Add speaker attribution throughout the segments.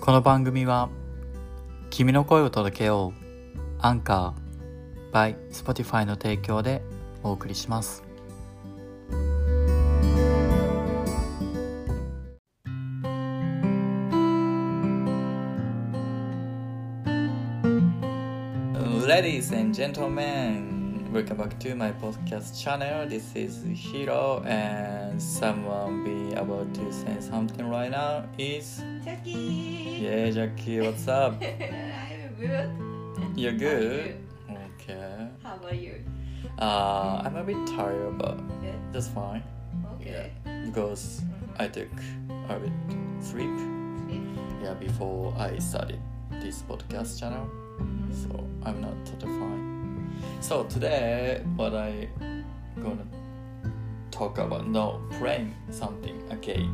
Speaker 1: この番組は「君の声を届けよう」アンカー by Spotify の提供でお送りしますレディース and gentlemen welcome back to my podcast channel this is Hiro and someone be about to say something right now is
Speaker 2: Chucky!
Speaker 1: yeah Jackie what's up
Speaker 2: I'm good.
Speaker 1: You're
Speaker 2: How are
Speaker 1: good?
Speaker 2: you?
Speaker 1: Okay.
Speaker 2: How about you?
Speaker 1: Uh, I'm a bit tired, but
Speaker 2: Good?
Speaker 1: that's fine.
Speaker 2: Okay.
Speaker 1: Yeah. Because I took a bit sleep. Yeah, before I started this podcast channel, so I'm not totally fine. So today, what I gonna talk about? No, playing something. Okay.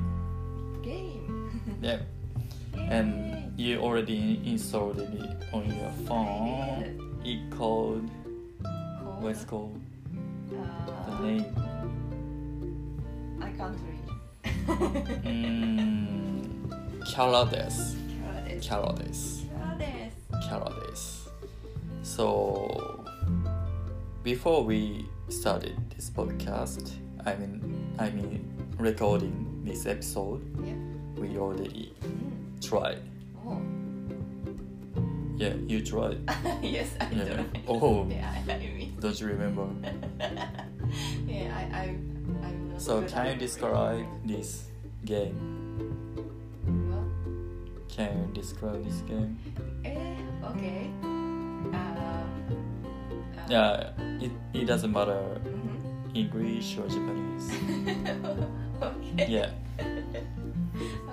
Speaker 2: Game.
Speaker 1: Yeah. And you already installed it on your phone. It called
Speaker 2: Cool.
Speaker 1: what's called the
Speaker 2: Uh,
Speaker 1: name.
Speaker 2: I can't read.
Speaker 1: うーんキャラです。
Speaker 2: Carrot is-
Speaker 1: キャラです。
Speaker 2: Carrot is-
Speaker 1: キャラです。So, before we started this podcast, I mean, I mean, recording this episode,
Speaker 2: Yeah.
Speaker 1: we already
Speaker 2: Mm.
Speaker 1: tried.
Speaker 2: Oh.
Speaker 1: Yeah, you tried.
Speaker 2: yes, I
Speaker 1: Yeah.
Speaker 2: do.
Speaker 1: Oh.
Speaker 2: Yeah, I, I mean.
Speaker 1: Don't you remember?
Speaker 2: Yeah, I, I, I'm not
Speaker 1: So,
Speaker 2: good
Speaker 1: can you
Speaker 2: at-
Speaker 1: describe this game?
Speaker 2: Well,
Speaker 1: Can you describe this game?
Speaker 2: eh, okay. Um, uh,
Speaker 1: Yeah, it, it doesn't matter
Speaker 2: mhm.
Speaker 1: English or Japanese.
Speaker 2: okay.
Speaker 1: Yeah,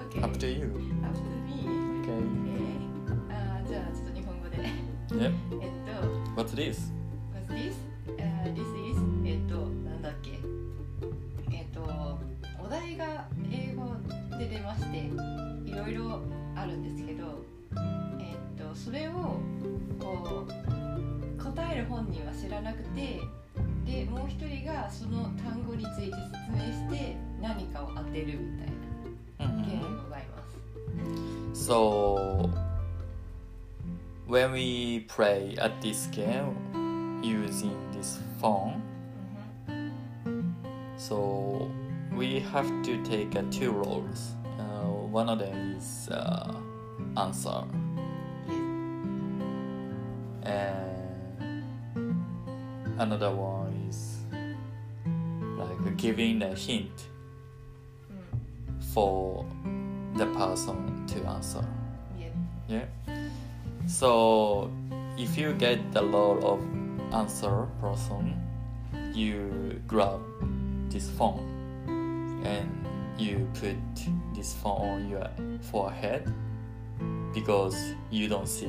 Speaker 2: Okay.
Speaker 1: up to you.
Speaker 2: Up to me.
Speaker 1: Okay.
Speaker 2: えー、あーじゃあちょっと日本語でえっ
Speaker 1: Yep.
Speaker 2: と
Speaker 1: What's this?
Speaker 2: What's this? あー This is えっとなんだっけえっとお題が英語で出ましていろいろあるんですけどえっとそれをこう答える本人は知らなくてでもう一人がその単語について説明して何かを当てるみたいなゲームでございます。
Speaker 1: Mm-hmm. So when we play at this game using this phone, so we have to take uh, two roles. Uh, one of them is uh, answer, and another one is like giving a hint
Speaker 2: うん
Speaker 1: for the person to answer.
Speaker 2: うんいえ
Speaker 1: Yeah. So if you get the lot of answer person, you grab this phone and you put this phone on your forehead because you don't see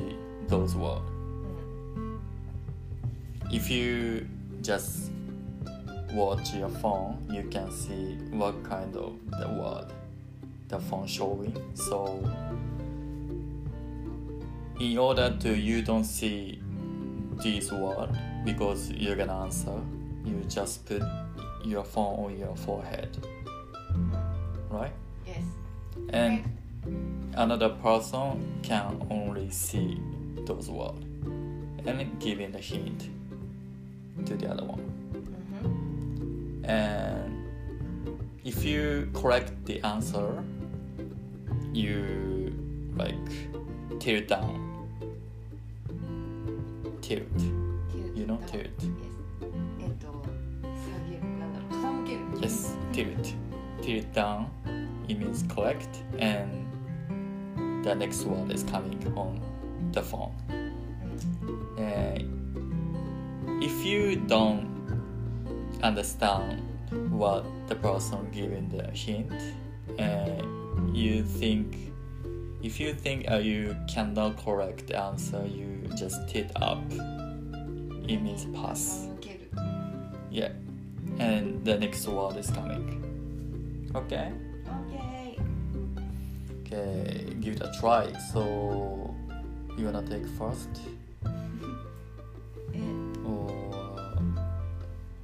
Speaker 1: those words.
Speaker 2: うん
Speaker 1: If you just watch your phone, you can see what kind of the word the phone showing. So in order to you don't see this word because you're gonna answer, you just put your phone on your forehead, right?
Speaker 2: Yes.
Speaker 1: And another person can only see those words and giving the hint to the other one.
Speaker 2: Mm-hmm.
Speaker 1: and if you correct the answer you like tear down tilt You know, tilt.
Speaker 2: Yes. えっと、下げる、なんだろう、傾ける。
Speaker 1: yes tilt tilt down it means correct and the next word is coming on the phone
Speaker 2: う
Speaker 1: and Uh, if you don't understand what the person giving the hint and you think if you think uh, you cannot correct the answer you just tit up it
Speaker 2: ん
Speaker 1: means pass
Speaker 2: 傾ける。
Speaker 1: yeah and the next word is coming okay
Speaker 2: Okay.
Speaker 1: okay give it a try so you wanna take first
Speaker 2: え、
Speaker 1: or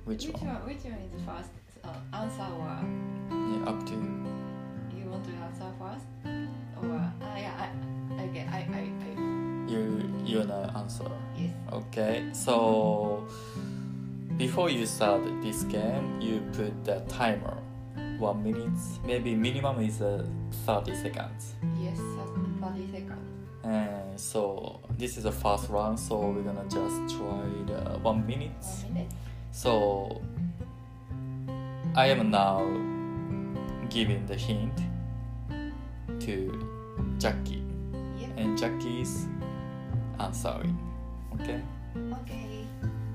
Speaker 1: which
Speaker 2: Eh, which
Speaker 1: one
Speaker 2: one? Which one is first? Uh, answer or
Speaker 1: Yeah, up to you.
Speaker 2: you want to answer first? Or, ah, yeah, I, I
Speaker 1: you know answer.
Speaker 2: Yes.
Speaker 1: Okay, so before you start this game, you put the timer. One minute, maybe minimum is uh, 30 seconds.
Speaker 2: Yes. 30 seconds.
Speaker 1: And so this is the first round, so we're gonna just try the one minute.
Speaker 2: One minute.
Speaker 1: So I am now giving the hint to Jackie,
Speaker 2: Yep.
Speaker 1: and Jackie's answering. Okay,
Speaker 2: Okay.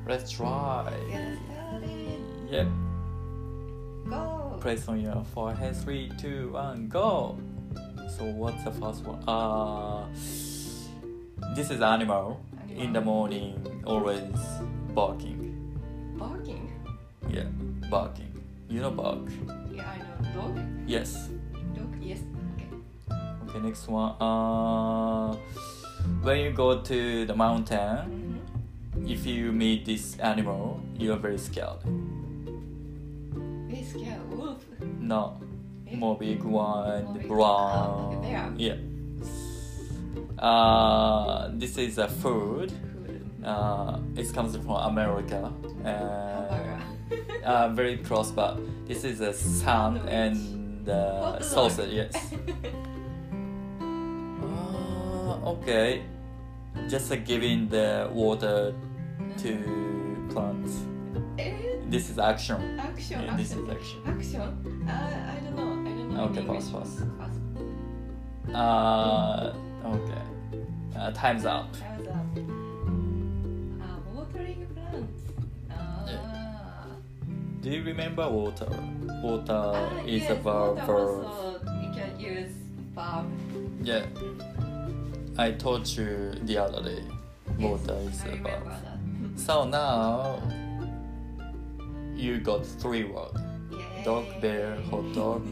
Speaker 1: let's try.
Speaker 2: Get started.
Speaker 1: Yep,
Speaker 2: Go.
Speaker 1: place on your forehead. Three, two, one, go. So what's the first one? Uh, this is animal. In the morning, always barking.
Speaker 2: Barking.
Speaker 1: Yeah, barking. You know bark.
Speaker 2: Yeah, I know. Dog.
Speaker 1: Yes.
Speaker 2: Dog. Yes. Okay.
Speaker 1: Okay, next one. Uh, when you go to the mountain,
Speaker 2: Mm-hmm.
Speaker 1: if you meet this animal, you are very scared.
Speaker 2: It's scared. Wolf.
Speaker 1: No,
Speaker 2: Eh?
Speaker 1: more big one,
Speaker 2: More big-
Speaker 1: brown.
Speaker 2: oh, there.
Speaker 1: Yeah. Uh, this is a food.
Speaker 2: Food.
Speaker 1: Uh, it comes from America.
Speaker 2: Hamburger.
Speaker 1: Uh, uh, very close, but this is a sun
Speaker 2: Sandwich.
Speaker 1: and
Speaker 2: Hot
Speaker 1: uh,
Speaker 2: dog.
Speaker 1: sausage. Yes. Ah, okay. Just uh, giving the water to plants.
Speaker 2: Eh,
Speaker 1: This is action.
Speaker 2: action.
Speaker 1: Yeah,
Speaker 2: action.
Speaker 1: this is action.
Speaker 2: Action. Uh, I don't know. I don't know.
Speaker 1: Okay,
Speaker 2: in English.
Speaker 1: pass,
Speaker 2: Pass.
Speaker 1: Uh, okay. Uh, time's up.
Speaker 2: I was, um, uh, watering plants. Ah.
Speaker 1: Do you remember water? Water
Speaker 2: Ah,
Speaker 1: Uh, is
Speaker 2: yes,
Speaker 1: a verb.
Speaker 2: water uh,
Speaker 1: verb.
Speaker 2: Also, you can use verb.
Speaker 1: Yeah. I taught you the other day. Water is
Speaker 2: yes, I
Speaker 1: a
Speaker 2: remember
Speaker 1: verb.
Speaker 2: that.
Speaker 1: So now you got three words. Dog, bear,
Speaker 2: Yay.
Speaker 1: hot dog.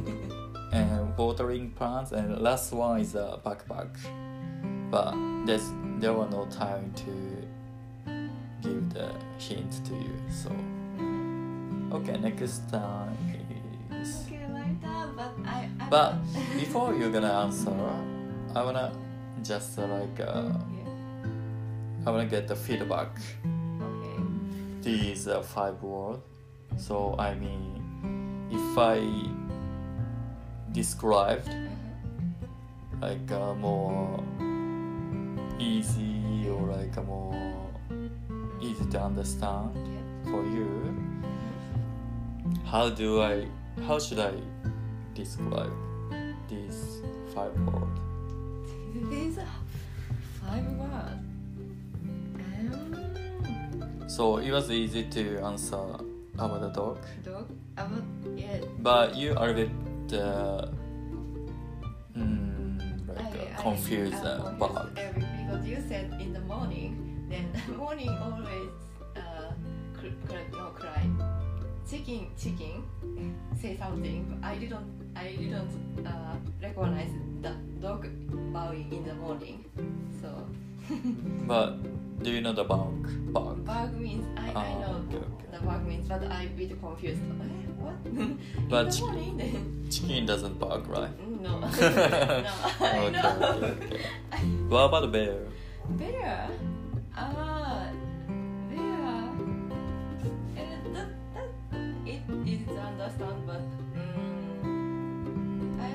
Speaker 1: and watering plants and last one is a backpack but there's there were no time to give the hint to you so okay next time is
Speaker 2: Okay, like that, but I. I
Speaker 1: but before you're gonna answer i wanna just uh, like uh,
Speaker 2: Yeah,
Speaker 1: i wanna get the feedback
Speaker 2: okay.
Speaker 1: these uh, five words so i mean if i described
Speaker 2: Uh-huh.
Speaker 1: like a more easy or like a more easy to understand
Speaker 2: Yeah.
Speaker 1: for you how do i how should i describe these five words
Speaker 2: These are five words. Um,
Speaker 1: so it was easy to answer about the dog
Speaker 2: dog. About yeah.
Speaker 1: but you are a bit uh, mm, like uh, confused
Speaker 2: I, I'm
Speaker 1: about
Speaker 2: confused every, because you said in the morning, then morning always uh, cr- cr- no cry. Chicken, chicken, say something. But I didn't, I didn't uh, recognize the dog bowing in the morning. So
Speaker 1: but do you know the bark bark
Speaker 2: bug means I, I
Speaker 1: Ah,
Speaker 2: know
Speaker 1: okay, okay.
Speaker 2: the bug means, but I a bit confused. Eh, what? in
Speaker 1: But
Speaker 2: the
Speaker 1: you-
Speaker 2: morning then?
Speaker 1: chicken doesn't bark right
Speaker 2: No, no, I
Speaker 1: Okay,
Speaker 2: know.
Speaker 1: okay, okay. What about the bear?
Speaker 2: Bear. Ah, bear. And that, that it is understand, but mm, I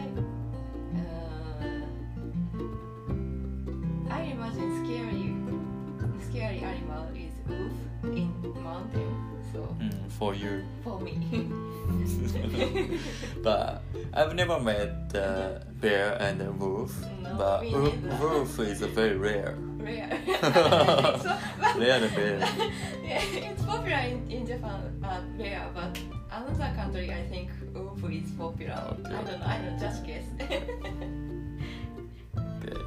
Speaker 2: uh, I imagine scary scary animal is wolf in mountain. So
Speaker 1: Mm, for you.
Speaker 2: for me,
Speaker 1: but I've never met the bear and the wolf.
Speaker 2: No,
Speaker 1: but
Speaker 2: me
Speaker 1: wo-
Speaker 2: neither.
Speaker 1: wolf is very rare.
Speaker 2: rare. I think so, but-
Speaker 1: Rare the bear.
Speaker 2: yeah, it's popular in, in Japan, uh, bear, but another country I think wolf is popular.
Speaker 1: Okay.
Speaker 2: I don't know, I don't just guess.
Speaker 1: Okay.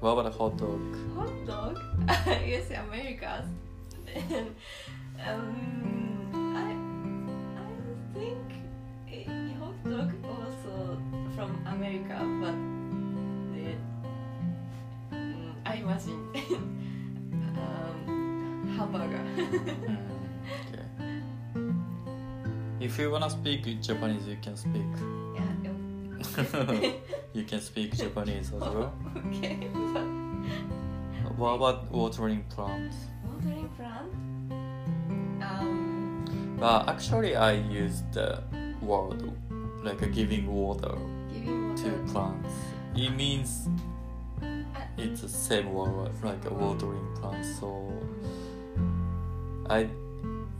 Speaker 1: What about the hot dog?
Speaker 2: Hot dog? yes, Americas. um, I, I think eh, hot dog also from America, but eh, mm, I imagine um, hamburger.
Speaker 1: Mm, okay. If you wanna speak Japanese, you can speak.
Speaker 2: yeah,
Speaker 1: you can speak Japanese as well.
Speaker 2: okay, but
Speaker 1: What about watering plants?
Speaker 2: watering plant um
Speaker 1: But actually, I use the word like giving water
Speaker 2: giving
Speaker 1: to
Speaker 2: water
Speaker 1: plants. It means it's the same word like watering plants. So I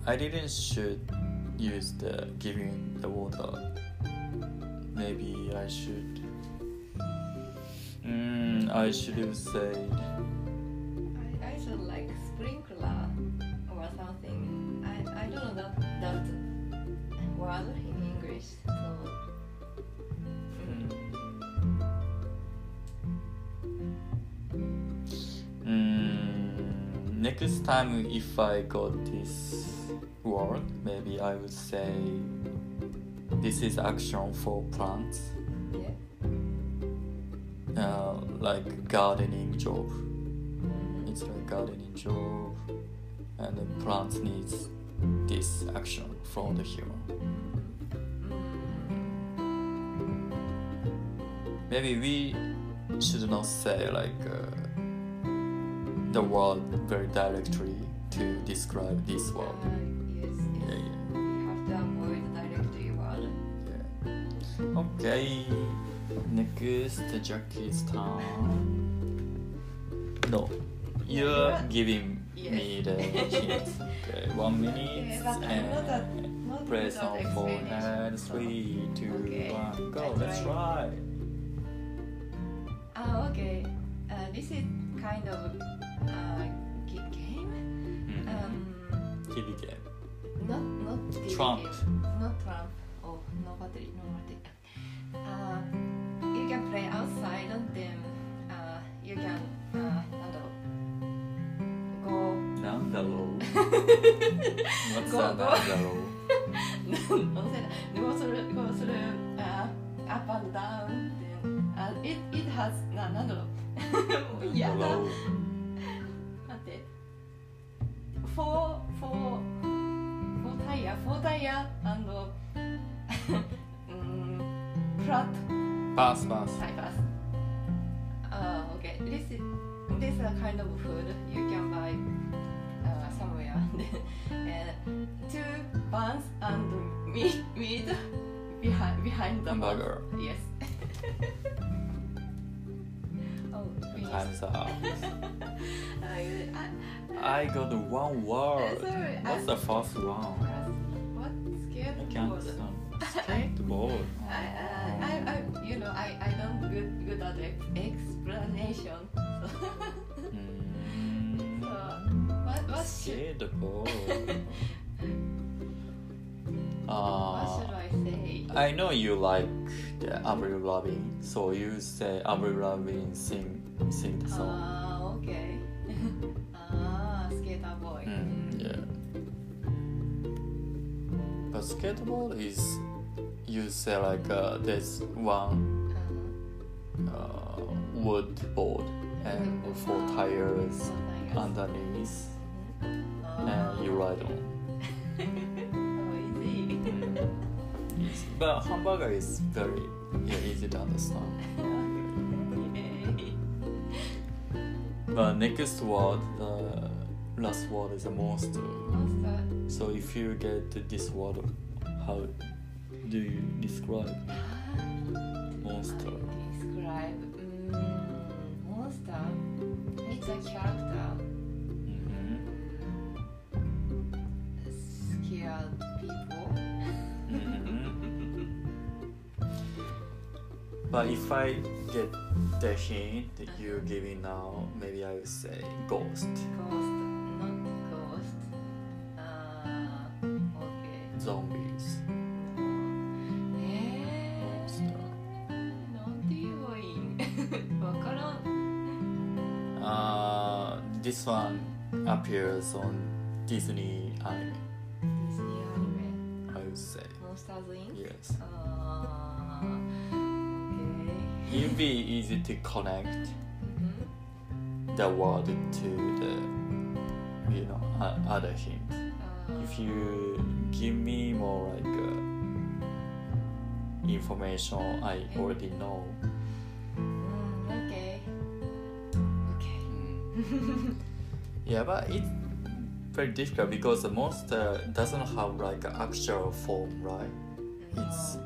Speaker 1: I didn't should use the giving the water. Maybe I should. Mm, I should have said.
Speaker 2: I, I should like sprinkler or something. I, I don't know that that word in English. So
Speaker 1: Hmm. Mm, next time, if I got this word, maybe I would say this is action for plants,
Speaker 2: yeah.
Speaker 1: uh, like gardening job.
Speaker 2: Mhm.
Speaker 1: It's like gardening job, and the plants needs this action from the human.
Speaker 2: uh, Mm.
Speaker 1: Maybe we should not say like uh, the word very directly to describe this
Speaker 2: Uh,
Speaker 1: word.
Speaker 2: yes,
Speaker 1: Yeah,
Speaker 2: yes.
Speaker 1: yeah.
Speaker 2: You have to avoid directly word.
Speaker 1: Yeah. Okay, next Jackie's turn. No,
Speaker 2: Yeah,
Speaker 1: you're
Speaker 2: you're-
Speaker 1: giving
Speaker 2: Yes.
Speaker 1: me the hint. Okay, one
Speaker 2: Okay,
Speaker 1: minute
Speaker 2: but I'm not a
Speaker 1: and
Speaker 2: not
Speaker 1: press
Speaker 2: without
Speaker 1: on four
Speaker 2: explanation,
Speaker 1: and
Speaker 2: so-
Speaker 1: three, two, one,
Speaker 2: Okay,
Speaker 1: go.
Speaker 2: I
Speaker 1: Let's try.
Speaker 2: Ah, okay. Uh, this is kind of uh, g- game. Um,
Speaker 1: TV game.
Speaker 2: not not the
Speaker 1: Trump.
Speaker 2: game. Not Trump. Oh, no battery, no battery. Uh, you can play outside and then uh, you can uh, なんだろう。go
Speaker 1: なんだろう ?What's a
Speaker 2: ご
Speaker 1: なんだろう
Speaker 2: no, go through go through uh, up and down. Then, uh, it it has ななん だろう。もう嫌だ。待ってフォーフォーフォータイヤフォータイヤ and uh, mm, うんフラット
Speaker 1: パスパス。
Speaker 2: サイバスああ OK Um, this is this is a kind of food you can buy uh, somewhere and two buns and meat meat behind behind the buns.
Speaker 1: Hamburger.
Speaker 2: yes oh finished
Speaker 1: Time's up.
Speaker 2: I, I,
Speaker 1: I got one word.
Speaker 2: Sorry,
Speaker 1: Oh, What's
Speaker 2: I-
Speaker 1: the first one?
Speaker 2: What scared
Speaker 1: I can't
Speaker 2: people? I,
Speaker 1: stand the ball.
Speaker 2: I, uh, I, I, I, you know, I, I don't good good at ex- explanation. So, so
Speaker 1: Mm,
Speaker 2: what, Uh, what should,
Speaker 1: Say the ball.
Speaker 2: what should
Speaker 1: Uh,
Speaker 2: I say?
Speaker 1: I know you like the Avril Lavigne, so you say Avril Lavigne sing sing the song.
Speaker 2: Ah, okay. ah, skater boy.
Speaker 1: Mm, yeah. But skateboard is you say like uh, there's one
Speaker 2: Uh,
Speaker 1: uh, wood board and
Speaker 2: Mm.
Speaker 1: four
Speaker 2: uh,
Speaker 1: tires
Speaker 2: so nice.
Speaker 1: underneath
Speaker 2: Ah,
Speaker 1: and you ride on. Mm.
Speaker 2: so Oh, easy.
Speaker 1: It's- but hamburger is very yeah, easy to understand.
Speaker 2: Yay.
Speaker 1: But next word, the last word is a monster.
Speaker 2: Monster.
Speaker 1: So if you get this word, how do you describe monster?
Speaker 2: Describe mm, monster. It's a character
Speaker 1: Mm-hmm.
Speaker 2: scared people.
Speaker 1: Mm-hmm. but if I get the hint that you're giving now, maybe I would say ghost,
Speaker 2: Ghost, not ghost. Uh, okay.
Speaker 1: zombies,
Speaker 2: Eh,
Speaker 1: monster.
Speaker 2: なんて言えばいい んわからん。
Speaker 1: Uh, this one appears on Disney anime,
Speaker 2: ディズニーアニメ。
Speaker 1: I would say.
Speaker 2: モンスターズイン。
Speaker 1: Yes.
Speaker 2: あー、okay.
Speaker 1: It'd be easy to connect
Speaker 2: うん。
Speaker 1: the word to the, you know, o- other hint.
Speaker 2: あー
Speaker 1: If you give me more like uh, information I already know.
Speaker 2: Mm, okay. Okay.
Speaker 1: Mm. Yeah, but it's very difficult because the monster doesn't have like an actual form, right? It's-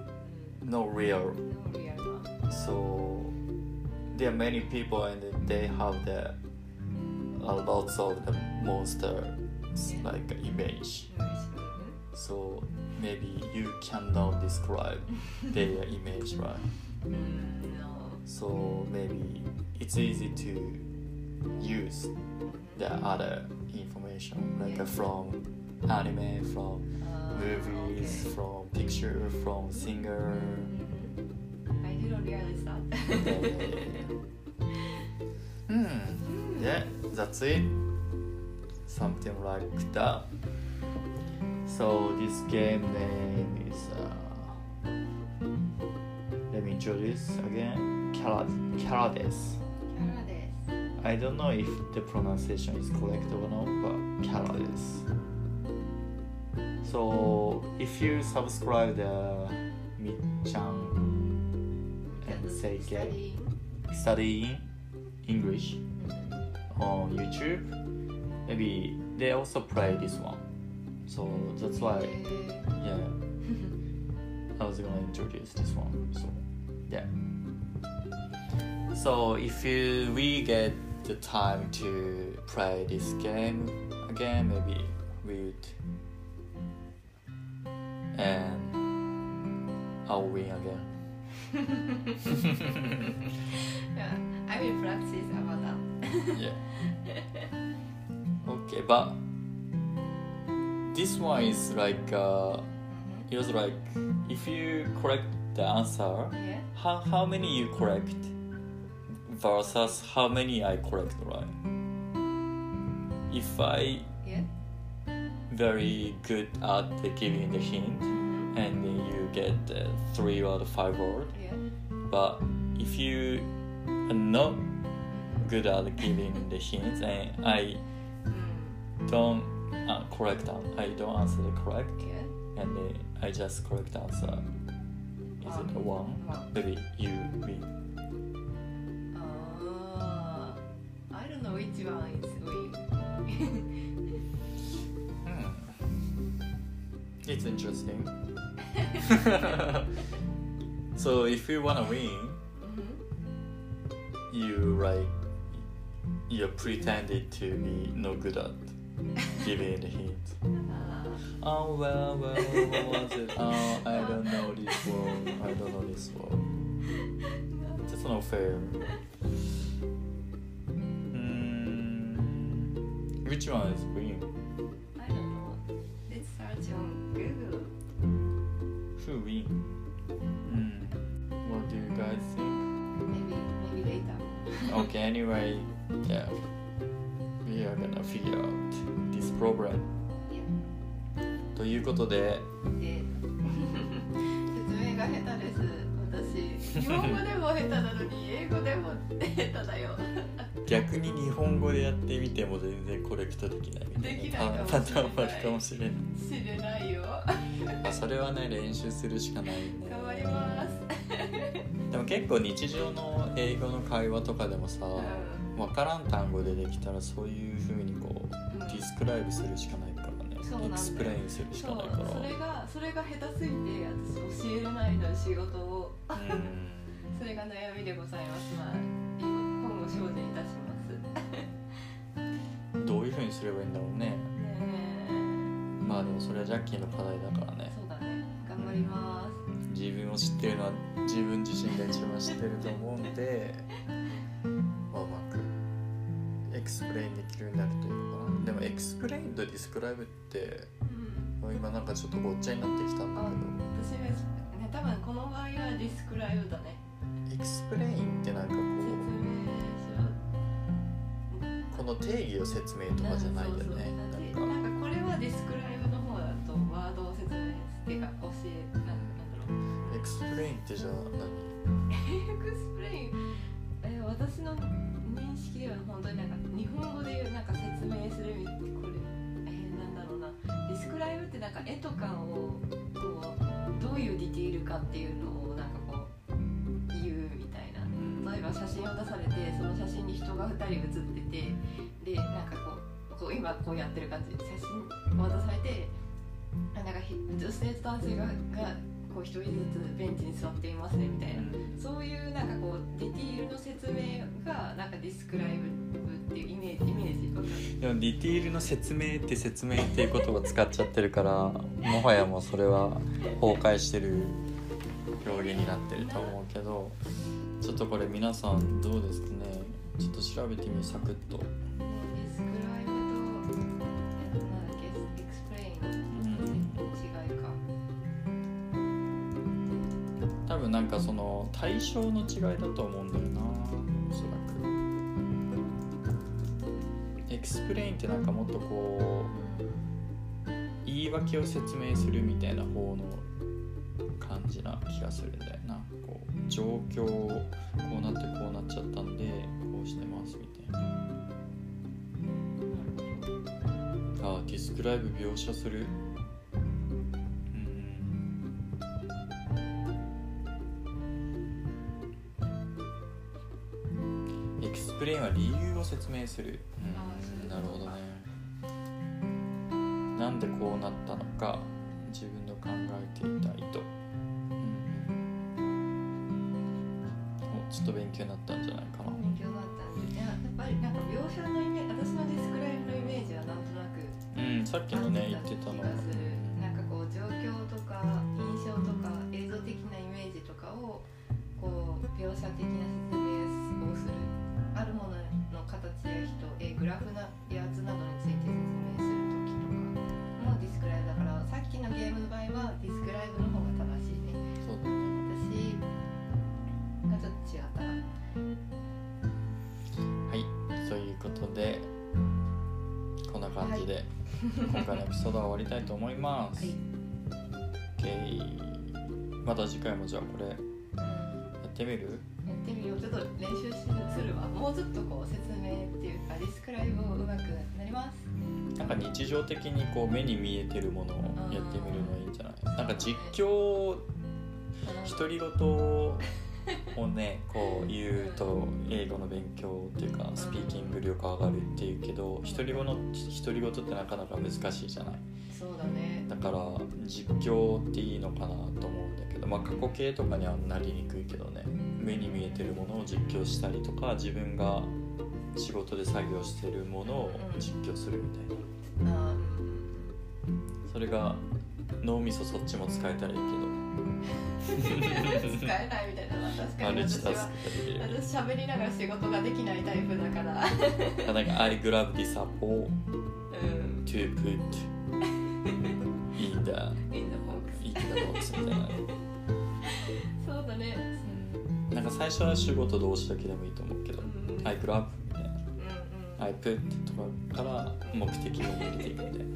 Speaker 1: No real. So there are many people and they have the a lots of the monster like image. So maybe you cannot describe their image, right? So maybe it's easy to use the other information like
Speaker 2: Yeah.
Speaker 1: from anime, from movies, from picture, from singer.
Speaker 2: I didn't realize that.
Speaker 1: Hmm. Yeah, that's it. Something like that. So this game name is. Uh, let me introduce again. Calad Calades.
Speaker 2: キャラです。
Speaker 1: I don't know if the pronunciation is correct or not, but Calades. So if you subscribe the Mitchan and say
Speaker 2: スタデ
Speaker 1: get
Speaker 2: ィ
Speaker 1: studying English
Speaker 2: うん
Speaker 1: on YouTube. Maybe they also play this one. So that's why,
Speaker 2: へー
Speaker 1: yeah, I was gonna introduce this one. So, yeah. So if you, we get the time to play this game again, maybe we would. And I'll win again.
Speaker 2: Yeah, I will practice about that.
Speaker 1: yeah. Okay, but this one is like uh, it was like if you correct the answer,
Speaker 2: Yeah.
Speaker 1: how how many you correct versus how many I correct, right? If I
Speaker 2: Yeah.
Speaker 1: very good at the giving the hint
Speaker 2: Mhm.
Speaker 1: and then you get the three or the five word,
Speaker 2: Yeah.
Speaker 1: but if you are not
Speaker 2: Mhm.
Speaker 1: good at giving the hints and I
Speaker 2: Mm.
Speaker 1: don't uh, correct an- I don't answer the correct
Speaker 2: Yeah.
Speaker 1: and then I just correct answer is it a one
Speaker 2: One.
Speaker 1: maybe you win
Speaker 2: Ah, I don't know which one is win.
Speaker 1: Hmm. it's interesting so if you wanna win
Speaker 2: Mhm.
Speaker 1: you like you pretended to be no good at giving the hint
Speaker 2: Ah,
Speaker 1: oh well well what was it oh I don't know this word I don't know this word That's not fair. Mm, Hmm. which one is win?
Speaker 2: I don't know. Let's search on Google.
Speaker 1: Who win? Mm, what do you guys think?
Speaker 2: Maybe, maybe later.
Speaker 1: Okay, anyway, yeah, we are gonna figure out this problem.
Speaker 2: Yeah.
Speaker 1: ということで、
Speaker 2: で説明が下手です私日本語でも下手なのに英語でも下手だよ
Speaker 1: 逆に日本語でやってみても全然コレクトできないみたいな
Speaker 2: できないかもしれない
Speaker 1: パターンもあるかもしれない。
Speaker 2: 知れないよ
Speaker 1: あそれはね、練習するしかないね。
Speaker 2: 頑張ります
Speaker 1: でも結構日常の英語の会話とかでもさ、
Speaker 2: う
Speaker 1: 分からん単語でできたらそういうふうにこうディスクライブするしかないからね
Speaker 2: そうなんだよ
Speaker 1: エクスプレインするし
Speaker 2: そ
Speaker 1: か
Speaker 2: う
Speaker 1: ないから
Speaker 2: それがそれが下手すぎて私教えれないの仕事を
Speaker 1: うん
Speaker 2: それが悩みでございますまあ今後精進いたしますね
Speaker 1: どういうふうにすればいいんだろうねまあでもそれはジャッキーの課題だから
Speaker 2: え
Speaker 1: ね
Speaker 2: そうだね頑張りま
Speaker 1: 自分を知ってるのは自分自身が一番知ってると思うんで、まあ、うまくエクスプレインできるようになるというのかなでもエクスプレインとディスクライブって
Speaker 2: す、う
Speaker 1: も
Speaker 2: ん
Speaker 1: う今なんかちょっとごっちゃになってきたんだけど
Speaker 2: 私ね多分この場合はディスクライブだね
Speaker 1: エクスプレインってなんかこ
Speaker 2: 説
Speaker 1: う
Speaker 2: 明しろ
Speaker 1: この定義を説明とかじゃないよ
Speaker 2: そうそう
Speaker 1: ね
Speaker 2: なんで
Speaker 1: なんか
Speaker 2: なんかこれはディスクライブの方だとワードを説明してか教えなんなんだろう
Speaker 1: エクスプレインってじゃあ
Speaker 2: エクスプレインえ私の認識では本当になんか日本語で言うなんか説明するみこれえーなんだろうなディスクライブってなんか絵とかをこうどういうディテールかっていうのをなんかこう言うみたいな
Speaker 1: 何
Speaker 2: 例えばの写真を出されてその写真に人が2人写っててでなんかこうこう今こうやってる感じ写真を渡されてあなんかひ女性と男性ががこう1人ずつベンチに座っていますねみたいなそういうなんかこうディティールの説明がなんかディスクライブっていうイメージイメージわかる
Speaker 1: でもディティールの説明って説明っていう言葉使っちゃってるからもはやもうそれは崩壊してる表現になってると思うけどちょっとこれ皆さんどうですかねちょっと調べてみサクッと、
Speaker 2: ディスクライブとえっとなんだっけエクスプレインの
Speaker 1: うん、
Speaker 2: 違いか
Speaker 1: 多分なんかその対象の違いだと思うんだよなおそらくエクスプレインってなんかもっとこう言い訳を説明するみたいな方の感じな気がするんだよなこう状況をこうなってこうなっちゃったんでこうしてますみたいなあディスクライブ描写するうんエクスプレインは理由を説明する、うん
Speaker 2: あーそういうこと
Speaker 1: なるほどねなんでこうなったのか自分の考えていた意図、うんおちょっと勉強になったんじゃないかな
Speaker 2: 勉強だったんでいややっぱりなんか描写のイメージ私のディスクライブのイメージはなんとなく
Speaker 1: うんさっきのね言ってたの
Speaker 2: 気がするなんかこう状況とか印象とか映像的なイメージとかをこう描写的な説明をするあるものの形や人えグラフなやつなどについて説明する時とかもディスクライブだからさっきのゲームの場合はディスクライブの方が正しいね
Speaker 1: そうだね
Speaker 2: 私がちょっと違ったら
Speaker 1: はいということでこんな感じで、今回のエピソードは終わりたいと思います、
Speaker 2: はい
Speaker 1: OK また次回もじゃあこれやってみる
Speaker 2: やってみようちょっと練習しするわもうちょっとこう説明っていうかディスクライブをうまくなります
Speaker 1: なんか日常的にこう目に見えてるものをやってみるのいいんじゃないなんか実況独り言を ねこう言うと英語の勉強っていうかスピーキング力上がるっていうけど独り言の独り言ってなかなか難しいじゃない
Speaker 2: そうだね
Speaker 1: だから実況っていいのかなと思うんだけどまあ過去形とかにはなりにくいけどね目に見えてるものを実況したりとか自分が仕事で作業してるものを実況するみたいな
Speaker 2: あ
Speaker 1: それが脳みそそっちも使えたらいい
Speaker 2: ー使えないみたいなまあ確
Speaker 1: けど
Speaker 2: か
Speaker 1: マ
Speaker 2: に
Speaker 1: ルチ
Speaker 2: 私
Speaker 1: タス
Speaker 2: は
Speaker 1: クができるよね
Speaker 2: 私喋りながら仕事ができないタイプだから
Speaker 1: あなんか「I grab this apple
Speaker 2: うん
Speaker 1: to put in the
Speaker 2: みんなもう
Speaker 1: in the box」みたいな
Speaker 2: そうだね
Speaker 1: なんか最初は主語と動詞だけでもいいと思うけど
Speaker 2: うん
Speaker 1: 「I grab」みたいな
Speaker 2: うんうん
Speaker 1: 「I put」とかから目的を入れていくみたいな
Speaker 2: うん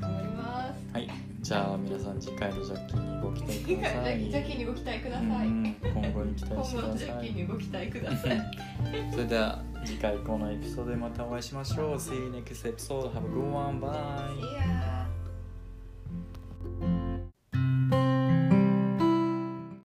Speaker 2: 頑張ります
Speaker 1: はいじゃあ皆さん次回のジャッキーにご期 待
Speaker 2: 次
Speaker 1: くだ
Speaker 2: 回
Speaker 1: さい
Speaker 2: ジャッキーにご期待くだ
Speaker 1: う
Speaker 2: さい
Speaker 1: ん今後に期
Speaker 2: 今
Speaker 1: 待し
Speaker 2: 後
Speaker 1: てく
Speaker 2: の
Speaker 1: だ
Speaker 2: ジャッ
Speaker 1: さ
Speaker 2: キ
Speaker 1: い
Speaker 2: ーにご期待くださ い
Speaker 1: それでは次回このエピソードでまたお会いしましょう See you next episode Have a good one Bye
Speaker 2: いやー